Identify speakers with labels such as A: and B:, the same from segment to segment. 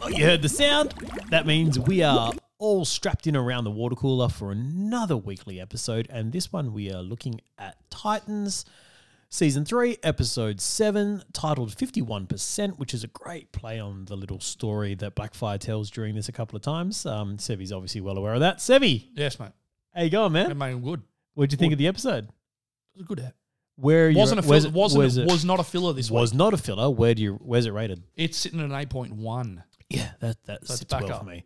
A: Oh, you heard the sound, that means we are all strapped in around the water cooler for another weekly episode. And this one, we are looking at Titans season three, episode seven, titled 51%, which is a great play on the little story that Blackfire tells during this a couple of times. Um, Sevi's obviously well aware of that. Sevi,
B: Yes, mate.
A: how you going,
B: It
A: man?
B: made him good.
A: What'd you think of the episode?
B: It was a good app.
A: Where are you
B: Wasn't a
A: where's
B: filler.
A: it-
B: Wasn't
A: where's
B: it, was not a filler this
A: was
B: week.
A: not a filler. Where do you where's it rated?
B: It's sitting at an eight point one,
A: Yeah, that that
B: So it's
A: sits
B: back
A: well
B: up.
A: for me.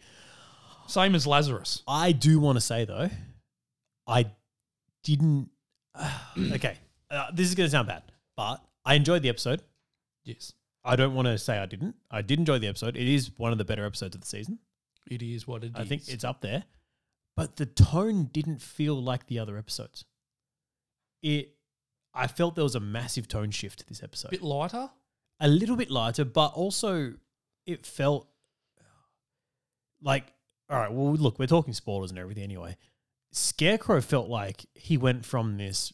B: same as Lazarus.
A: I do want to say though, I didn't. okay, uh, this is going to sound bad, but I enjoyed the episode.
B: Yes,
A: I don't want to say I didn't. I did enjoy the episode. It is one of the better episodes of the season.
B: it is what it is.
A: I think it's up there, but the tone didn't feel like the other episodes. It, I felt there was a massive tone shift to this episode.
B: a bit lighter.
A: a little bit lighter, but also it felt like all right. Well, look, we're talking spoilers and everything anyway. Scarecrow felt like he went from this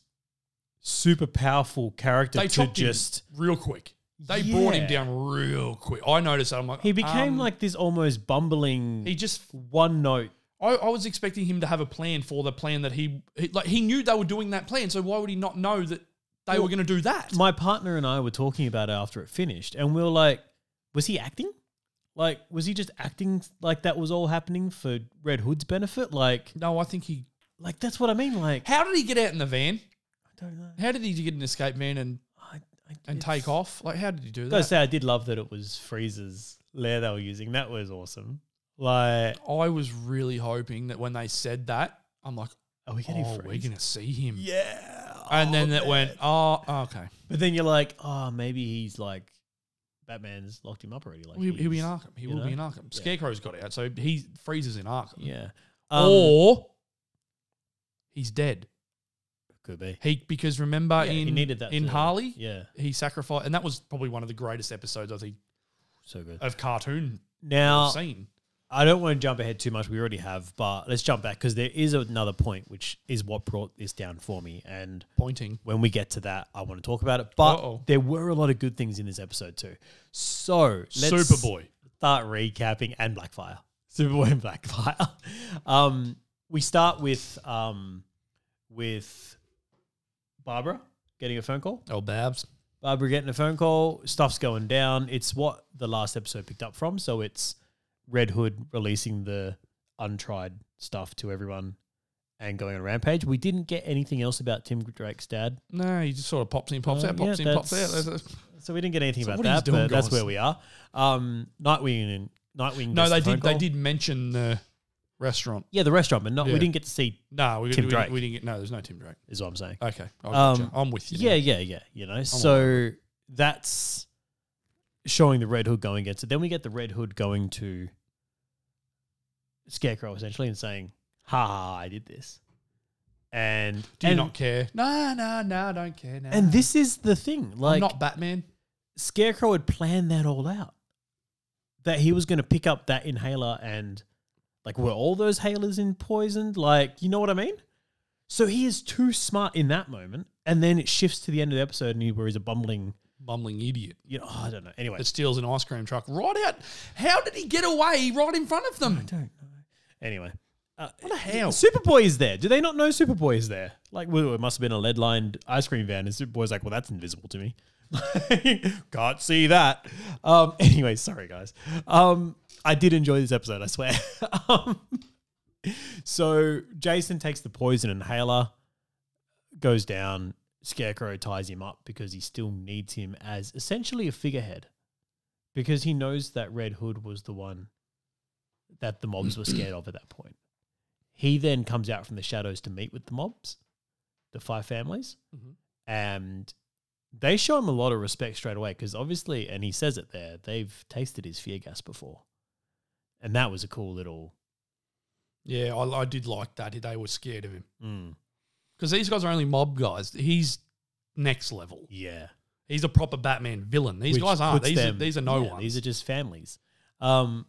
A: super powerful character
B: They
A: to
B: chopped
A: just
B: him real quick. They brought him
A: Yeah.
B: down real quick. I noticed that. I'm like,
A: he became
B: um,
A: like this almost bumbling
B: he just.
A: one note.
B: I, I was expecting him to have a plan for the plan that he, he like. He knew they were doing that plan, so why would he not know that they were going to do that?
A: My partner and I were talking about it after it finished, and we were like, was he acting? Like, was he just acting like that was all happening for Red Hood's benefit? Like,
B: no, I think he.
A: like that's what I mean. Like,
B: How did he get out in the van?
A: I don't know.
B: How did he get an escape van and
A: I, I,
B: and
A: it's-
B: take off? Like, how did he do
A: Gotta
B: that?
A: say, I did love that it was Freezer's lair they were using. That was awesome. Like,
B: I was really hoping that when they said that, I'm like,
A: are we getting
B: oh, we're
A: Freeze?
B: gonna see him.
A: Yeah.
B: And then
A: Oh,
B: that
A: man.
B: went, oh, okay.
A: But then you're like, oh, maybe he's like, Batman's locked him up already. Like,
B: Well, he'll, he'll be in
A: he's-
B: Arkham. He
A: you
B: will be in
A: know?
B: Arkham. Scarecrow's got out, so he freezes in Arkham.
A: Yeah. Um,
B: or he's dead.
A: could be.
B: He because remember
A: Yeah,
B: uh, in
A: he needed that
B: in
A: to-
B: Harley,
A: Yeah.
B: he sacrificed, and that was probably one of the greatest episodes I think
A: So good.
B: of cartoon
A: Now,
B: scene.
A: I don't want to jump ahead too much. We already have, but let's jump back because there is another point, which is what brought this down for me. And
B: Pointing.
A: when we get to that, I want to talk about it. But
B: Uh-oh.
A: there were a lot of good things in this episode too. So let's
B: Superboy.
A: start recapping and Blackfire, Superboy and Blackfire. um, we start with um, with Barbara getting a phone call.
B: Oh, Babs.
A: Barbara getting a phone call. Stuff's going down. It's what the last episode picked up from. So it's Red Hood releasing the untried stuff to everyone and going on a rampage. We didn't get anything else about Tim Drake's dad.
B: No, he just sort of pops in, pops
A: Uh,
B: out, pops
A: yeah,
B: in, pops out.
A: that's-
B: That's-
A: So we didn't get anything
B: So
A: about
B: what are
A: that,
B: you doing,
A: but that's
B: guys?
A: where we are. Um, Nightwing and Nightwing.
B: No,
A: gets
B: they
A: the phone
B: did. They
A: call.
B: did mention the restaurant.
A: Yeah, the restaurant, but not. We
B: Yeah.
A: didn't get to see.
B: No, we,
A: Tim
B: we,
A: Drake.
B: we didn't get. No, there's no Tim Drake.
A: Is what I'm saying.
B: Okay, I
A: Um,
B: gotcha. I'm with you.
A: Yeah,
B: now.
A: yeah, yeah. You know, so that's showing the Red Hood going against it. Then we get the Red Hood going to Scarecrow essentially and saying, "Ha, ha, I did this." And
B: Do you
A: and,
B: not care? No, no, no, I don't care. Nah.
A: and this is the thing,
B: I'm
A: like
B: not Batman.
A: Scarecrow had planned that all out. That he was going to pick up that inhaler and, like, were all those halers in poisoned? Like, you know what I mean? So he is too smart in that moment. And then it shifts to the end of the episode and he, where he's a bumbling,
B: Bumbling idiot
A: you know, oh, I don't know. Anyway,
B: that steals an ice cream truck right out. How did he get away right in front of them?
A: don't know. Anyway. Uh,
B: What the hell?
A: Superboy is there. Do they not know Superboy is there? Like, well, it must have been a lead lined ice cream van. And Superboy's like, well, that's invisible to me. Can't see that. Um, anyway, sorry, guys. Um, I did enjoy this episode, I swear. um, so Jason takes the poison inhaler, goes down. Scarecrow ties him up because he still needs him as essentially a figurehead because he knows that Red Hood was the one that the mobs were scared of at that point. He then comes out from the shadows to meet with the mobs, the five families,
B: Mhm.
A: and they show him a lot of respect straight away because obviously, and he says it there, they've tasted his fear gas before. And that was a cool little.
B: Yeah, I, I did like that. They were scared of him
A: Mm,
B: because these guys are only mob guys. He's next level.
A: yeah.
B: He's a proper Batman villain. These
A: which
B: guys aren't.
A: puts
B: These are,
A: them-
B: these are no
A: yeah,
B: ones.
A: These are just families. Um,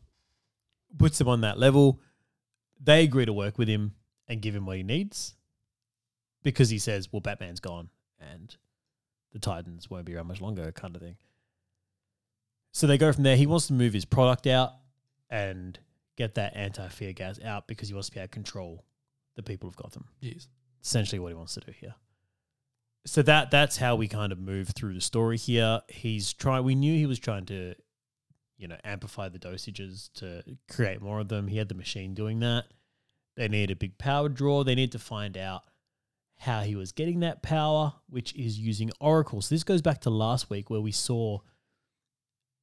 A: puts them on that level. They agree to work with him and give him what he needs because he says, "Well, Batman's gone and the Titans won't be around much longer," kind of thing. So they go from there. He wants to move his product out. and get that anti-fear gas out because he wants to be able to control the people of Gotham.
B: Yes.
A: Essentially, what he wants to do here. So that that's how we kind of move through the story here. He's trying. We knew he was trying to, you know, amplify the dosages to create more of them. He had the machine doing that. They need a big power draw. They need to find out how he was getting that power, which is using Oracle. So this goes back to last week where we saw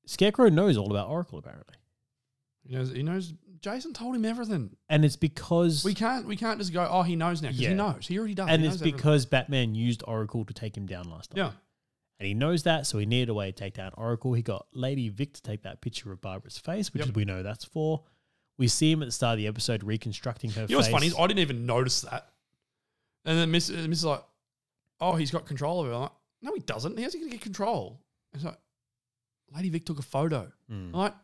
A: Scarecrow knows all about Oracle apparently,
B: He knows. He knows. Jason told him everything.
A: and it's because
B: We can't. We can't just go. Oh, he knows now because
A: Yeah.
B: he knows. He already does.
A: and
B: He
A: it's
B: knows everything.
A: because Batman used Oracle to take him down last time.
B: yeah.
A: And he knows that, so he needed a way to take down Oracle. He got Lady Vic to take that picture of Barbara's face, which
B: Yep.
A: is we know that's for. We see him at the start of the episode reconstructing her
B: You know
A: face.
B: what's funny? is I didn't even notice that. And then Miss, uh, Miss is like, oh, he's got control of it. I'm like, no, he doesn't. How's he going to get control? It's like, Lady Vic took a photo.
A: Mm.
B: I'm like,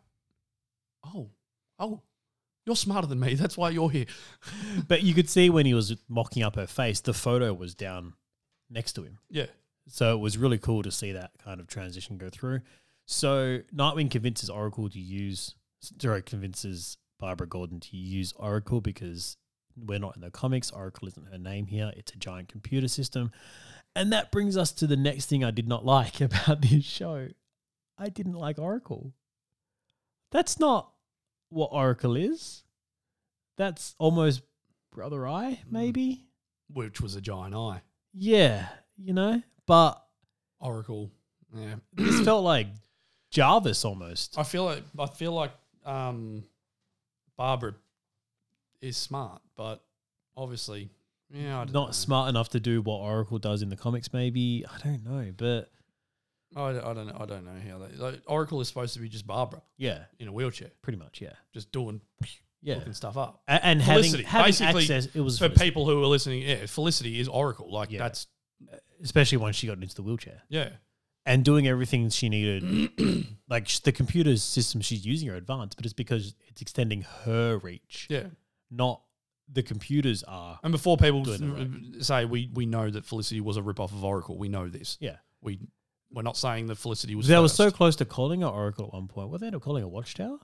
B: oh, oh, you're smarter than me. That's why you're here.
A: But you could see when he was mocking up her face, the photo was down next to him.
B: Yeah.
A: So it was really cool to see that kind of transition go through. So Nightwing convinces Oracle to use, sorry, convinces Barbara Gordon to use Oracle because we're not in the comics. Oracle isn't her name here, it's a giant computer system. And that brings us to the next thing I did not like about this show. I didn't like Oracle. That's not what Oracle is. That's almost Brother Eye, maybe?
B: Which was a giant eye.
A: Yeah, you know? But
B: Oracle. Yeah.
A: this felt like Jarvis almost.
B: I feel like, I feel like um, Barbara is smart, but obviously, yeah, I don't know.
A: Not smart enough to do what Oracle does in the comics, maybe. I don't know, but
B: I, don't- I don't know. I don't know how that. Like, Oracle is supposed to be just Barbara
A: yeah,
B: in a wheelchair,
A: pretty much, yeah.
B: just doing
A: Yeah.
B: looking stuff up.
A: A- And
B: Felicity,
A: having, having
B: basically,
A: access, it was
B: For
A: Felicity,
B: people who are listening, yeah, Felicity is Oracle. Like
A: Yeah.
B: that's
A: especially once she got into the wheelchair
B: yeah,
A: and doing everything she needed. like sh- the computer system she's using are advanced, but it's because it's extending her reach,
B: yeah.
A: not the computers are.
B: And before people
A: Doing it
B: say we we know that Felicity was a ripoff of Oracle, we know this.
A: Yeah.
B: We we're not saying that Felicity was.
A: They were so
B: first.
A: close to calling her Oracle at one point. Were they not calling her Watchtower?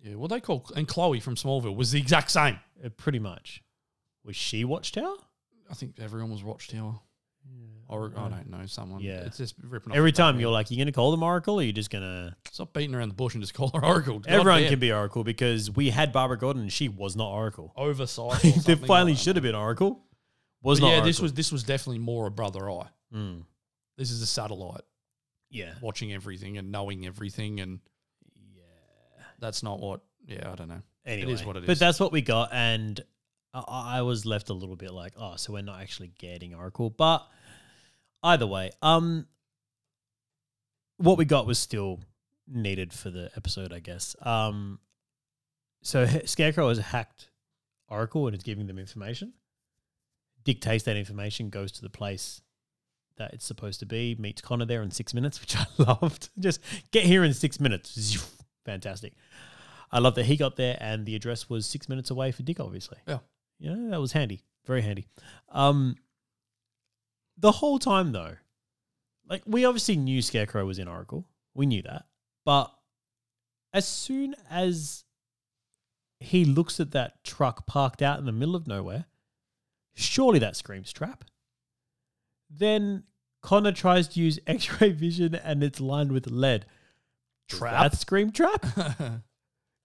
B: yeah. What they call and Chloe from Smallville was the exact same.
A: Uh, pretty much. Was she Watchtower?
B: I think everyone was Watchtower. Or I don't know someone.
A: Yeah.
B: it's just ripping. Off
A: Every
B: the back
A: time you're like, you're going to call them Oracle, or you're just going to.
B: end. stop beating around the bush and just call her Oracle. God
A: Everyone
B: damn.
A: can be Oracle because we had Barbara Gordon and she was not Oracle.
B: oversight. or
A: they
B: Oh, something
A: finally
B: like that.
A: should have been Oracle.
B: But
A: Was
B: yeah,
A: not.
B: this
A: Oracle.
B: was this was definitely more a brother eye.
A: Mm.
B: This is a satellite
A: yeah.
B: watching everything and knowing everything, and yeah, that's not what. Yeah, I don't know.
A: Anyway,
B: is what it
A: But
B: is.
A: that's what we got, and I, I was left a little bit like, oh, so we're not actually getting Oracle. But either way, um, what we got was still needed for the episode, I guess. Um, so H- Scarecrow has hacked Oracle and is giving them information. Dictates that information, goes to the place that it's supposed to be, meets Connor there in six minutes, which I loved. Just get here in six minutes. Fantastic. I love that he got there and the address was six minutes away for Dick, obviously.
B: Yeah.
A: Yeah, that was handy. Very handy. Um the whole time though, like we obviously knew Scarecrow was in Oracle. We knew that. But as soon as he looks at that truck parked out in the middle of nowhere, surely that screams trap. Then Connor tries to use X-ray vision and it's lined with lead. Does
B: Trap?
A: That scream trap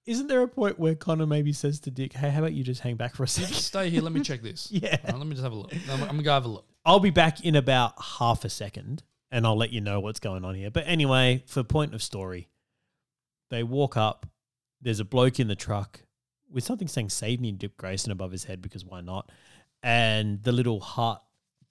A: isn't there a point where Connor maybe says to Dick, "Hey, how about you just hang back for a second?
B: Stay here. Let me check this.
A: yeah,
B: All right, let me just have a look. I'm, I'm gonna go have a look.
A: I'll be back in about half a second, and I'll let you know what's going on here." But anyway, for point of story, they walk up. There's a bloke in the truck with something saying "Save me" and Dip Grayson above his head because why not? And the little heart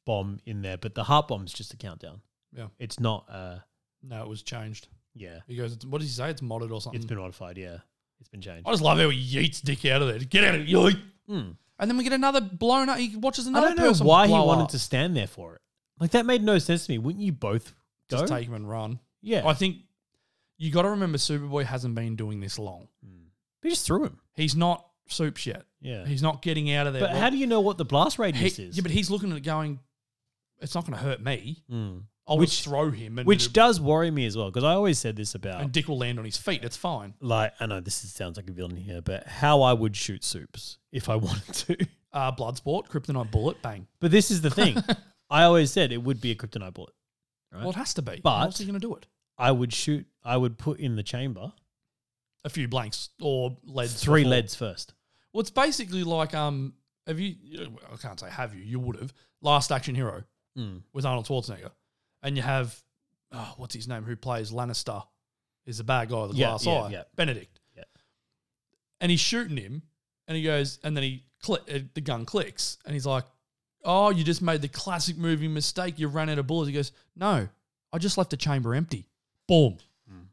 A: bomb in there, but the heart bomb's just a countdown.
B: Yeah.
A: it's not. Uh,
B: No, it was changed.
A: yeah,
B: He goes, "What did he say? It's modded or something."
A: it's been modified. Yeah, it's been changed.
B: Mm. I just love how he yeets Dick out of there. Get out of it, yoink.
A: Mm.
B: And then we get another blown up. He watches
A: I
B: another.
A: don't know
B: person
A: why he
B: blow
A: wanted
B: up.
A: to stand there for it. Like that made no sense to me. Wouldn't you both go?
B: just take him and run.
A: yeah,
B: I think you got to remember, Superboy hasn't been doing this long.
A: they just threw him.
B: He's not Supes yet.
A: Yeah,
B: He's not getting out of there.
A: but
B: Well,
A: how do you know what the blast
B: he-
A: radius is?
B: Yeah, but he's looking at it going, it's not going to hurt me.
A: Mm.
B: I'll
A: Which-
B: just throw him, and,
A: which does worry me as well because I always said this about
B: and Dick will land on his feet. It's fine.
A: like I know this is, sounds like a villain here, but how I would shoot soups if I wanted to.
B: Uh, Bloodsport, Kryptonite Bullet, bang.
A: But this is the thing. I always said it would be a kryptonite bullet. Right.
B: Well, it has to be.
A: But-
B: How else are you going to do it?
A: I would shoot. I would put in the chamber
B: A few blanks or leads.
A: three
B: before.
A: leads first.
B: Well, it's basically like um, have you? I can't say have you. You would have Last Action Hero
A: Mm.
B: with Arnold Schwarzenegger, and you have oh, what's his name who plays Lannister is the bad guy with the
A: Yeah,
B: glass
A: yeah,
B: eye,
A: yeah.
B: Benedict,
A: Yeah.
B: and he's shooting him, and he goes, and then he cli uh, the gun clicks, and he's like, "Oh, you just made the classic movie mistake. You ran out of bullets." He goes, "No, I just left the chamber empty." Boom,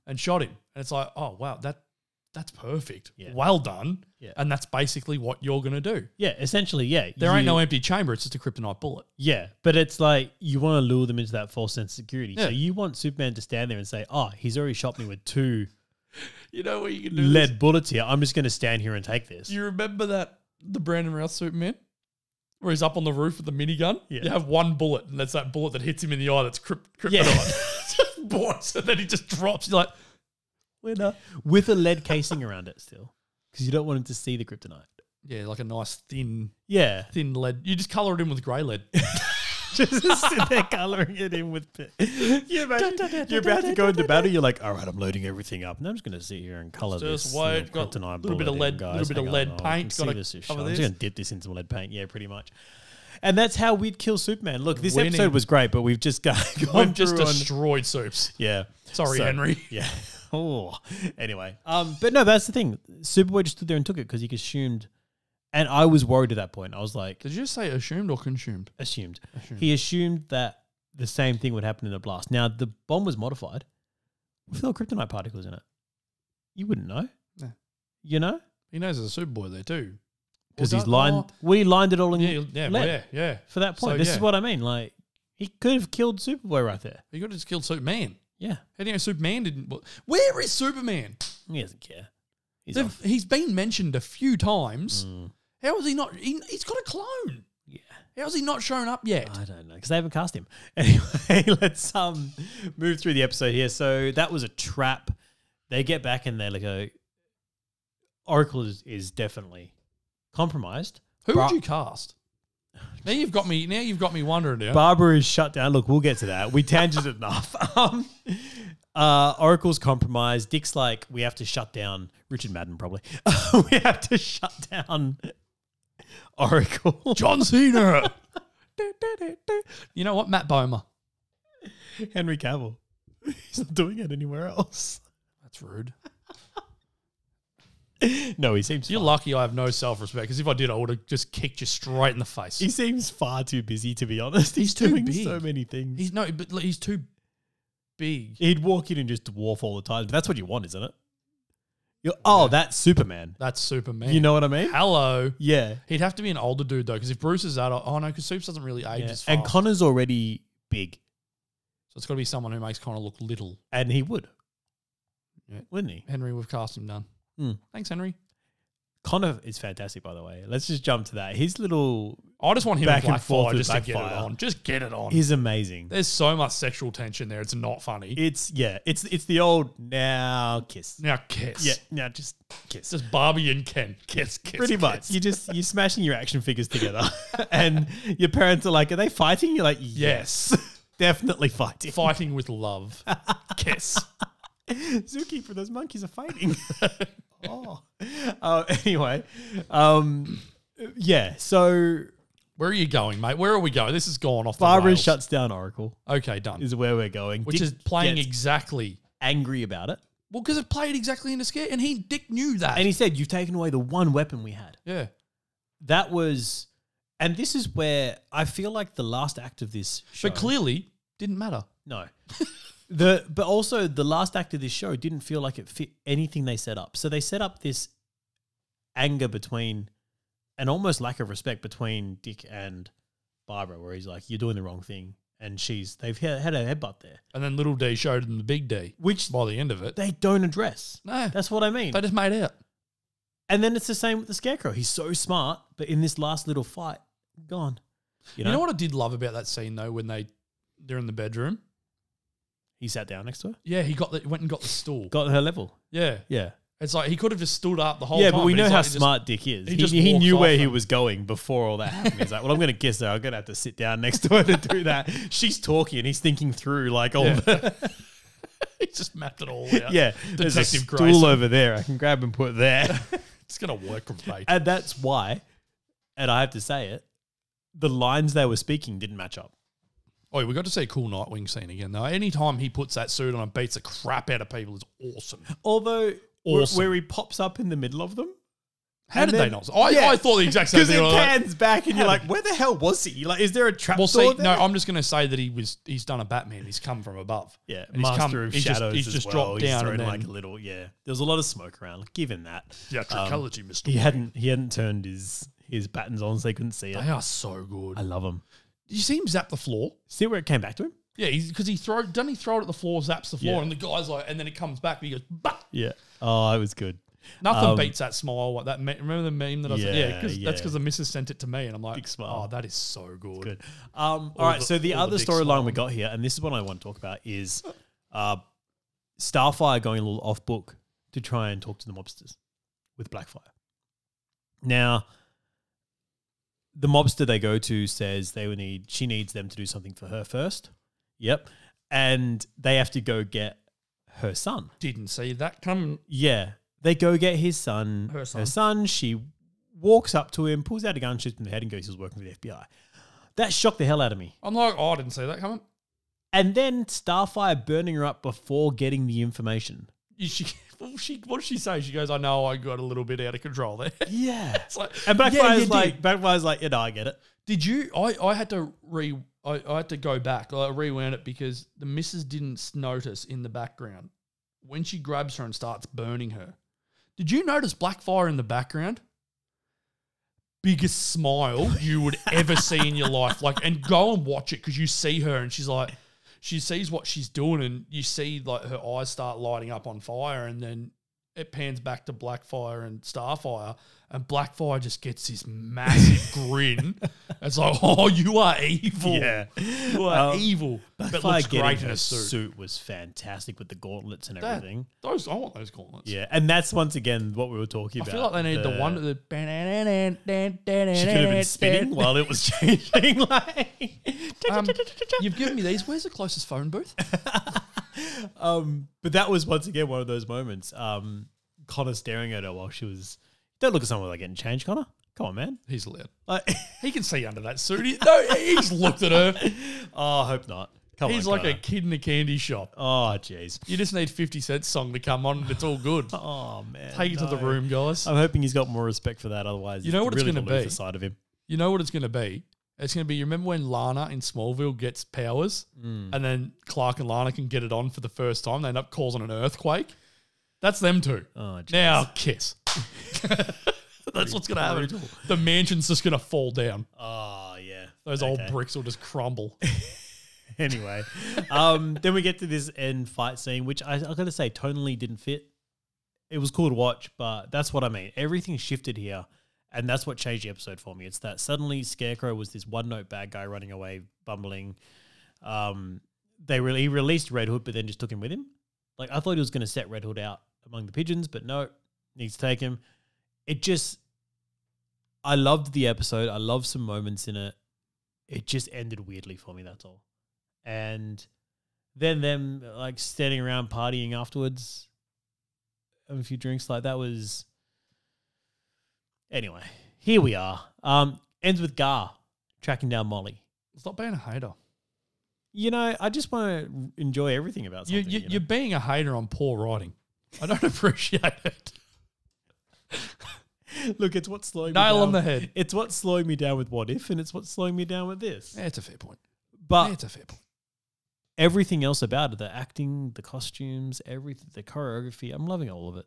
B: and shot him, and it's like, "Oh wow, that." That's perfect.
A: Yeah.
B: Well done.
A: Yeah.
B: And that's basically what you're going to do.
A: Yeah, essentially, yeah.
B: There ain't
A: you-
B: no empty chamber. It's just a kryptonite bullet.
A: Yeah, but it's like you want to lure them into that false sense of security. So
B: Yeah.
A: you want Superman to stand there and say, "Oh, he's already shot me with two
B: You know what you can do? this?
A: lead bullets here. I'm just going to stand here and take this."
B: Do you remember that the Brandon Routh Superman? Where he's up on the roof with the minigun?
A: Yeah.
B: You have one bullet, and that's that bullet that hits him in the eye that's crypt-
A: Yeah.
B: kryptonite. Just Boys. And then he just drops. You're like,
A: Winner. with a lead casing around it still, because you don't want him to see the kryptonite.
B: yeah, like a nice thin,
A: Yeah,
B: thin lead. You just color it in with grey lead.
A: just sit there coloring it in with. Pe- you imagine, you're about to go into battle. You're like, all right, I'm loading everything up, and I'm just going to sit here and color
B: Just
A: this. little
B: wait, got a
A: kryptonite
B: little bit of
A: bullet
B: lead-
A: in,
B: little
A: guys.
B: bit of
A: Hang
B: lead
A: on, oh, I can
B: paint,
A: see
B: gotta
A: this is
B: cover
A: shiny. I'm just
B: this.
A: going to dip this in some lead paint. Yeah, pretty much. And that's how we'd kill Superman. Look, this
B: Winning.
A: episode was great, but we've just got gone
B: I've just
A: through on-
B: destroyed soups.
A: yeah.
B: Sorry,
A: So-
B: Henry.
A: Yeah. Oh. Anyway. Um. But no, that's the thing. Superboy just stood there and took it because he assumed, and I was worried at that point. I was like,
B: Did you say assumed or consumed?
A: assumed. He assumed that the same thing would happen in a blast. Now the bomb was modified with little kryptonite particles in it. You wouldn't know.
B: No.
A: You know?
B: He knows there's a Superboy there too.
A: Because
B: Well,
A: he's
B: don't-
A: lined
B: oh,
A: we lined it all in
B: Yeah, yeah,
A: lead.
B: yeah, yeah.
A: for that point.
B: So,
A: this
B: yeah.
A: is what I mean. Like he could have killed Superboy right there.
B: He could have just killed Superman.
A: Yeah.
B: How do you know Superman didn't? well, Where is Superman?
A: He doesn't care. He's
B: They've-
A: off.
B: he's been mentioned a few times.
A: Mm,
B: How is he not? He, he's got a clone.
A: yeah. Uh,
B: How is he not shown up yet?
A: I don't know because they haven't cast him. Anyway, let's um move through the episode here. So that was a trap. They get back and they're like, a, "Oracle is, is definitely compromised."
B: Who
A: Bra-
B: would you cast? Now you've got me. Now you've got me wondering. Now.
A: Barbara is shut down. Look, we'll get to that. We tangented enough. Um, uh, Oracle's compromised. Dick's like, we have to shut down Richard Madden. Probably, we have to shut down Oracle.
B: John Cena. you know what? Matt Bomer.
A: Henry Cavill. He's not doing it anywhere else.
B: That's rude.
A: No, he seems.
B: You're lucky I have no self respect because if I did, I would have just kicked you straight in the face.
A: He seems far too busy to be honest. He's,
B: He's too
A: doing
B: big.
A: so many things.
B: he's no, but he's too big.
A: He'd walk in and just dwarf all the time. But that's what you want, isn't it? You're, oh, that's Superman.
B: That's Superman.
A: You know what I mean?
B: hello.
A: Yeah.
B: He'd have to be an older dude though, because if Bruce is that, old- oh no, because Supes doesn't really age
A: yeah.
B: as fast.
A: And Connor's already big,
B: so it's got to be someone who makes Connor look little.
A: and he would,
B: Yeah.
A: wouldn't he?
B: Henry, we've cast him done.
A: Hmm.
B: Thanks, Henry.
A: Connor is fantastic, by the way. Let's just jump to that. His little,
B: I just want him
A: Back
B: and
A: and forth with
B: Blackfire just to get it
A: Blackfire.
B: on. Just get it on.
A: he's amazing.
B: There's so much sexual tension there. It's not funny.
A: It's yeah, it's it's the old now kiss.
B: now kiss.
A: Yeah, now just kiss.
B: It's just Barbie and Ken. Kiss, kiss.
A: Pretty
B: kiss.
A: much. You just you're smashing your action figures together, and your parents are like, "Are they fighting?" You're like,
B: Yes.
A: "Yes, definitely fighting."
B: Fighting with love. kiss.
A: Zookeeper, those monkeys are fighting. oh, uh, anyway, um, yeah. So
B: Where are you going, mate? Where are we going? This has gone off the
A: Barbara
B: rails.
A: shuts down Oracle
B: Okay, done.
A: is where we're going,
B: Which
A: Dick
B: is playing
A: gets
B: exactly.
A: angry about it,
B: Well, because it played exactly into scare, and he Dick knew that.
A: and he said, "You've taken away the one weapon we had."
B: yeah.
A: That was, and this is where I feel like the last act of this show.
B: But clearly, didn't matter.
A: No. the but also the last act of this show didn't feel like it fit anything they set up. So they set up this anger between and almost lack of respect between Dick and Barbara, where he's like, "You're doing the wrong thing," and she's they've had, had a headbutt there,
B: And then little D showed him the big D
A: which
B: by the end of it.
A: they don't address.
B: No,
A: That's what I mean.
B: they just made out.
A: And then it's the same with the Scarecrow. He's so smart, but in this last little fight, gone.
B: You know what I did love about that scene though, when they they're in the bedroom
A: He sat down next to her,
B: Yeah, he got the, went and got the stool.
A: got her level.
B: Yeah,
A: Yeah,
B: it's like he could have just stood up the whole
A: yeah,
B: time.
A: but we know
B: he's
A: how
B: like, he just-
A: smart Dick is.
B: he
A: He,
B: just
A: he
B: walks
A: knew where
B: off
A: he
B: her.
A: was going before all that happened. He's like, "Well, I'm going to kiss her. I'm going to have to sit down next to her to do that." She's talking, and he's thinking through like all
B: Yeah.
A: the
B: he just mapped it all out.
A: yeah. There's a
B: Detective
A: stool
B: Grayson.
A: over there. I can grab and put there,
B: it's gonna work great.
A: and that's why. And I have to say it, the lines they were speaking didn't match up.
B: Oh, we got to see a cool Nightwing scene again though. Anytime he puts that suit on and beats the crap out of people is awesome.
A: Although where-
B: Awesome.
A: where he pops up in the middle of them.
B: How
A: And
B: did
A: then-
B: they not? I,
A: yeah.
B: I thought the exact same
A: Because it
B: thing. I was like,
A: pans back and you're like, where the hell was he? Like, is there a trap
B: Well, see,
A: door
B: no, I'm just going to say that he was he's done a Batman. He's come from above.
A: yeah,
B: And he's
A: master
B: come-
A: of
B: he's just-
A: shadows.
B: he's
A: as
B: just
A: well.
B: dropped
A: He's
B: down
A: thrown
B: and
A: like um,
B: then-
A: a little. Yeah, there was a lot of smoke around. Like, give him that.
B: Theatricality, Mister.
A: He hadn't. He hadn't turned his his batons on, so they couldn't see it.
B: They are so good.
A: I love him.
B: Did you see him zap the floor?
A: See where it came back to him?
B: Yeah, because he throw doesn't he throw it at the floor, zaps the floor,
A: Yeah.
B: and the guy's like, and then it comes back and he goes, bah!
A: Yeah. Oh, it was good.
B: nothing
A: Um,
B: beats that smile. What that me- remember the meme that I said?
A: Yeah,
B: Yeah, because that's
A: yeah.
B: because the missus sent it to me, and I'm like,
A: Big smile.
B: Oh, that is so good.
A: Good. Um, all right.
B: the-
A: so the
B: all the
A: other
B: big
A: storyline
B: smile.
A: we got here, and this is what I want to talk about, is uh, Starfire going a little off book to try and talk to the mobsters with Blackfire. Now, the mobster they go to says they will need she needs them to do something for her first. Yep, and they have to go get her son.
B: Didn't see that coming.
A: Yeah, they go get his son.
B: Her son.
A: She walks up to him, pulls out a gun, shoots him in the head, and goes, "He was working for the FBI." That shocked the hell out of me.
B: I'm like, oh, I didn't see that coming.
A: And then Starfire burning her up before getting the information.
B: You- She, well, she, what did she say? She goes, I know I got a little bit out of control there.
A: Yeah.
B: it's like,
A: And Blackfire's
B: yeah, you did.
A: like, Blackfire's like, you know, I get it.
B: Did you? I, I had to re. I, I had to go back. I rewound it because the missus didn't s- notice in the background when she grabs her and starts burning her. Did you notice Blackfire in the background? Biggest smile you would ever see in your life. Like, and go and watch it because you see her and she's like, she sees what she's doing and you see like her eyes start lighting up on fire and then it pans back to Blackfire and Starfire, and Blackfire just gets this massive grin. It's like, oh, you are evil. You are
A: Um,
B: evil. But
A: Blackfire
B: looks
A: getting
B: great in
A: her
B: a suit.
A: was fantastic with the gauntlets and
B: That-
A: everything.
B: Those, I want those gauntlets.
A: Yeah. And that's once again what we were talking
B: I
A: about.
B: feel like they need the, one that the
A: She could have been spinning while it was changing. Like,
B: Um, You've given me these. Where's the closest phone booth?
A: Um, but that was once again one of those moments. Um, Connor staring at her while she was. Don't look at someone like getting changed, Connor. Come on, man.
B: He's allowed.
A: Like,
B: He can see under that suit. He, no, he's looked at her.
A: oh, I hope not. Come
B: He's
A: on,
B: like a
A: Connor.
B: kid in a candy shop.
A: Oh, jeez.
B: You just need 50 Cent's song to come on and it's all good.
A: Oh man.
B: Take it to the
A: no. Oh.
B: room, guys.
A: I'm hoping he's got more respect for that. Otherwise,
B: You know what it's
A: really
B: gonna
A: the Luther
B: be?
A: Side of him.
B: you know what it's going to be? It's going to be, you remember when Lana in Smallville gets powers
A: Mm.
B: and then Clark and Lana can get it on for the first time? They end up causing an earthquake. That's them two.
A: Oh, jeez.
B: now kiss. That's what's going to happen. The mansion's just going to fall down.
A: Oh yeah.
B: Those
A: Okay.
B: old bricks will just crumble.
A: anyway, um, then we get to this end fight scene, which I, I gotta say, tonally didn't fit. It was cool to watch, but that's what I mean. Everything shifted here, and that's what changed the episode for me. It's that suddenly Scarecrow was this one note bad guy running away, bumbling. Um, they really he released Red Hood, but then just took him with him. Like I thought he was gonna set Red Hood out among the pigeons, but no, needs to take him. It just, I loved the episode. I loved some moments in it. It just ended weirdly for me. That's all and then them like standing around partying afterwards having a few drinks like that was anyway here we are um ends with gar tracking down molly
B: Stop being a hater.
A: you know i just want to enjoy everything about
B: You,
A: something
B: you,
A: you know?
B: you're being a hater on poor writing. I don't appreciate it.
A: look it's what's slowing me
B: Nail
A: down.
B: on the head.
A: it's what's slowing me down with what if and it's what's slowing me down with this
B: Yeah, it's a fair point.
A: but
B: Yeah, it's a fair point.
A: everything else about it the acting the costumes everything the choreography i'm loving all of it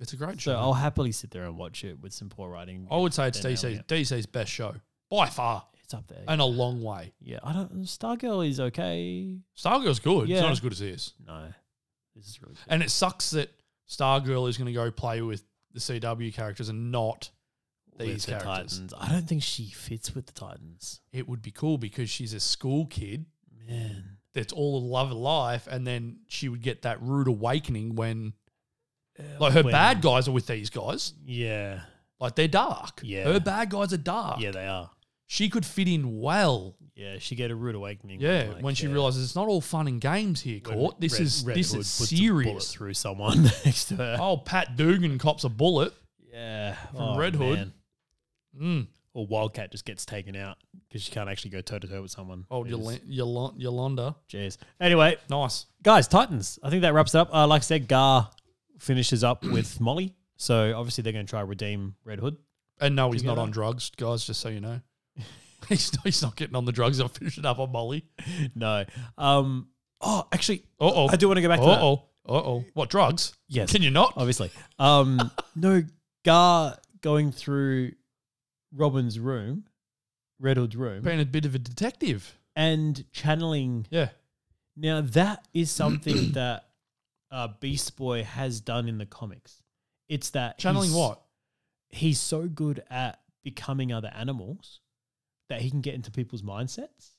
B: It's a great
A: so
B: show.
A: i'll happily sit there and watch it with some poor writing
B: I would say it's
A: They're
B: DC's,
A: nailing it.
B: DC's best show by far
A: it's up there
B: and a long way.
A: Yeah, I don't. Stargirl is okay.
B: Stargirl's good. It's
A: Yeah.
B: not as good as this.
A: No, this is really good.
B: And it sucks that Stargirl is going to go play with the CW characters and not
A: With
B: these
A: the
B: characters.
A: Titans. I don't think she fits with the Titans.
B: It would be cool because she's a school kid
A: Man,
B: it's all a love of life, and then she would get that rude awakening when, like, her
A: when-
B: bad guys are with these guys.
A: Yeah.
B: Like, they're dark.
A: Yeah.
B: Her bad guys are dark.
A: Yeah, they are.
B: She could fit in well.
A: Yeah, she get a rude awakening.
B: Yeah.
A: like,
B: when she
A: yeah,
B: realizes it's not all fun and games here,
A: when
B: Court. This
A: Red-
B: is
A: Red
B: this
A: Hood
B: is
A: puts a bullet
B: serious.
A: through someone next to her.
B: Oh, Pat Dugan cops a bullet.
A: yeah. Oh, From
B: Red Hood. Mm.
A: Or Wildcat just gets taken out because she can't actually go toe to toe with someone.
B: Oh,
A: It is-
B: Yola- Yola- Yolanda.
A: Jeez. Anyway,
B: Nice.
A: guys, Titans. I think that wraps it up. Uh, like I said, Gar finishes up with Molly. So obviously they're going to try redeem Red Hood.
B: And no, he's not
A: Together.
B: on drugs, guys, just so you know. he's, not, he's not getting on the drugs. I'm finishing up on Molly.
A: No. Um. Oh, actually,
B: Uh oh.
A: I do want to go back
B: Uh
A: to that.
B: oh. Uh oh. What, drugs?
A: Yes.
B: Can you not?
A: obviously. Um, no, Gar going through Robin's room, Red Hood's room,
B: Being a bit of a detective.
A: and channeling.
B: Yeah.
A: Now that is something that uh, Beast Boy has done in the comics. It's that
B: Channeling
A: he's-
B: what?
A: He's so good at becoming other animals that he can get into people's mindsets.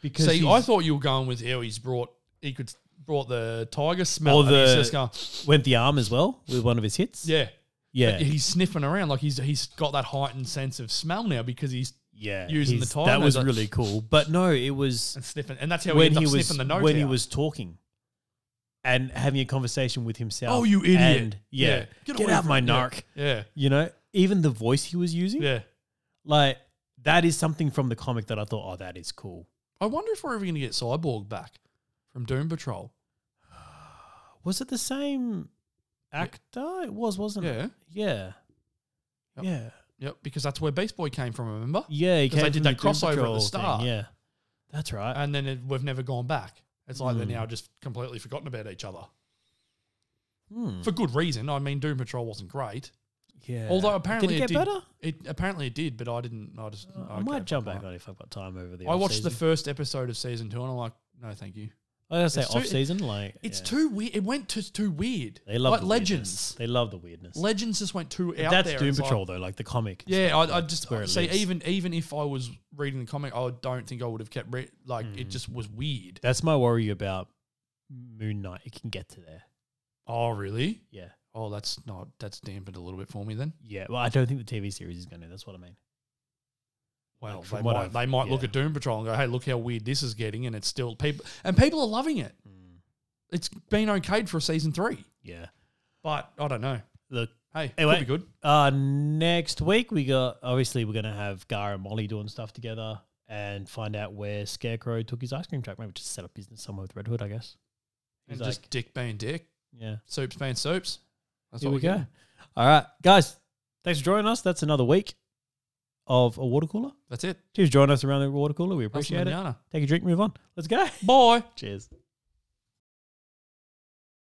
A: Because
B: See, I
A: he's-
B: thought you were going with how he's brought, he could, brought the tiger smell.
A: Or
B: and he's
A: the-
B: just going,
A: went the arm as well with one of his hits.
B: yeah.
A: yeah,
B: He's sniffing around like he's he's got that heightened sense of smell now because he's
A: yeah.
B: using the
A: he's-
B: time
A: That was
B: as a-
A: really cool. But no, it was
B: and sniffing, and that's how
A: when he
B: he, ends up
A: was
B: sniffing the nose
A: when he
B: out.
A: was talking and having a conversation with himself.
B: Oh, you idiot.
A: And yeah,
B: Yeah. Get
A: get,
B: away
A: out
B: from-
A: my
B: yeah.
A: narc.
B: yeah,
A: You know, even the voice he was using,
B: yeah.
A: like that is something from the comic that I thought, oh, that is cool.
B: I wonder if we're ever going to get Cyborg back from Doom Patrol.
A: Was it the same actor? It was, wasn't it?
B: Yeah.
A: Yeah,
B: Yep.
A: yeah,
B: Yep, because that's where Beast Boy came from, remember?
A: yeah. He
B: 'Cause they
A: came
B: did
A: from
B: that
A: Doom
B: crossover at the
A: Patrol thing,
B: start. Uh,
A: Yeah, that's right.
B: And then it, we've never gone back. It's like they're
A: Hmm.
B: now just completely forgotten about each other.
A: Hmm.
B: For good reason. I mean, Doom Patrol wasn't great.
A: Yeah.
B: Although
A: did
B: apparently
A: it
B: it
A: get
B: did-
A: better?
B: It apparently it did, but I didn't. I just
A: Uh, I
B: okay,
A: might jump
B: fuck
A: back
B: that.
A: on it if I've got time over the.
B: I watched the
A: off-season.
B: first episode of season two, and I'm like, no, thank you.
A: I gotta say
B: it's too-
A: off season, like
B: It's
A: yeah.
B: too weird. It went to too weird.
A: They love
B: like
A: the weirdness.
B: legends.
A: They love the weirdness.
B: Legends just went too out
A: That's
B: there.
A: Doom
B: It's like-
A: Patrol though, like the comic.
B: Yeah, I, I just
A: where it
B: see
A: lives.
B: even even if I was reading the comic, I don't think I would have kept re- like
A: Hmm.
B: it. Just was weird.
A: That's my worry about Moon Knight. It can get to there.
B: Oh really?
A: Yeah,
B: Oh, that's not that's dampened a little bit for me then.
A: yeah. Well, I don't think the TV series is going to. That's what I mean.
B: Well,
A: from
B: they
A: what
B: might
A: I've-
B: they might look
A: yeah.
B: at Doom Patrol and go, hey, look how weird this is getting, and it's still people and people are loving it. It's been okayed for season three,
A: Yeah.
B: but I don't know.
A: Look.
B: Hey,
A: Anyway.
B: could be good.
A: Uh, next week we got obviously we're going to have Gar and Molly doing stuff together and find out where Scarecrow took his ice cream truck. Maybe just set up business somewhere with Red Hood, I guess.
B: And
A: He's
B: just
A: like-
B: dick being dick,
A: Yeah.
B: soups being soups. That's
A: Here
B: what
A: we go.
B: get.
A: All right, guys. Thanks for joining us. That's another week of a water cooler.
B: That's it.
A: Cheers, join us around the water cooler. We appreciate it.
B: Appreciate it.
A: Take a drink, move on. Let's go.
B: Bye.
A: Cheers.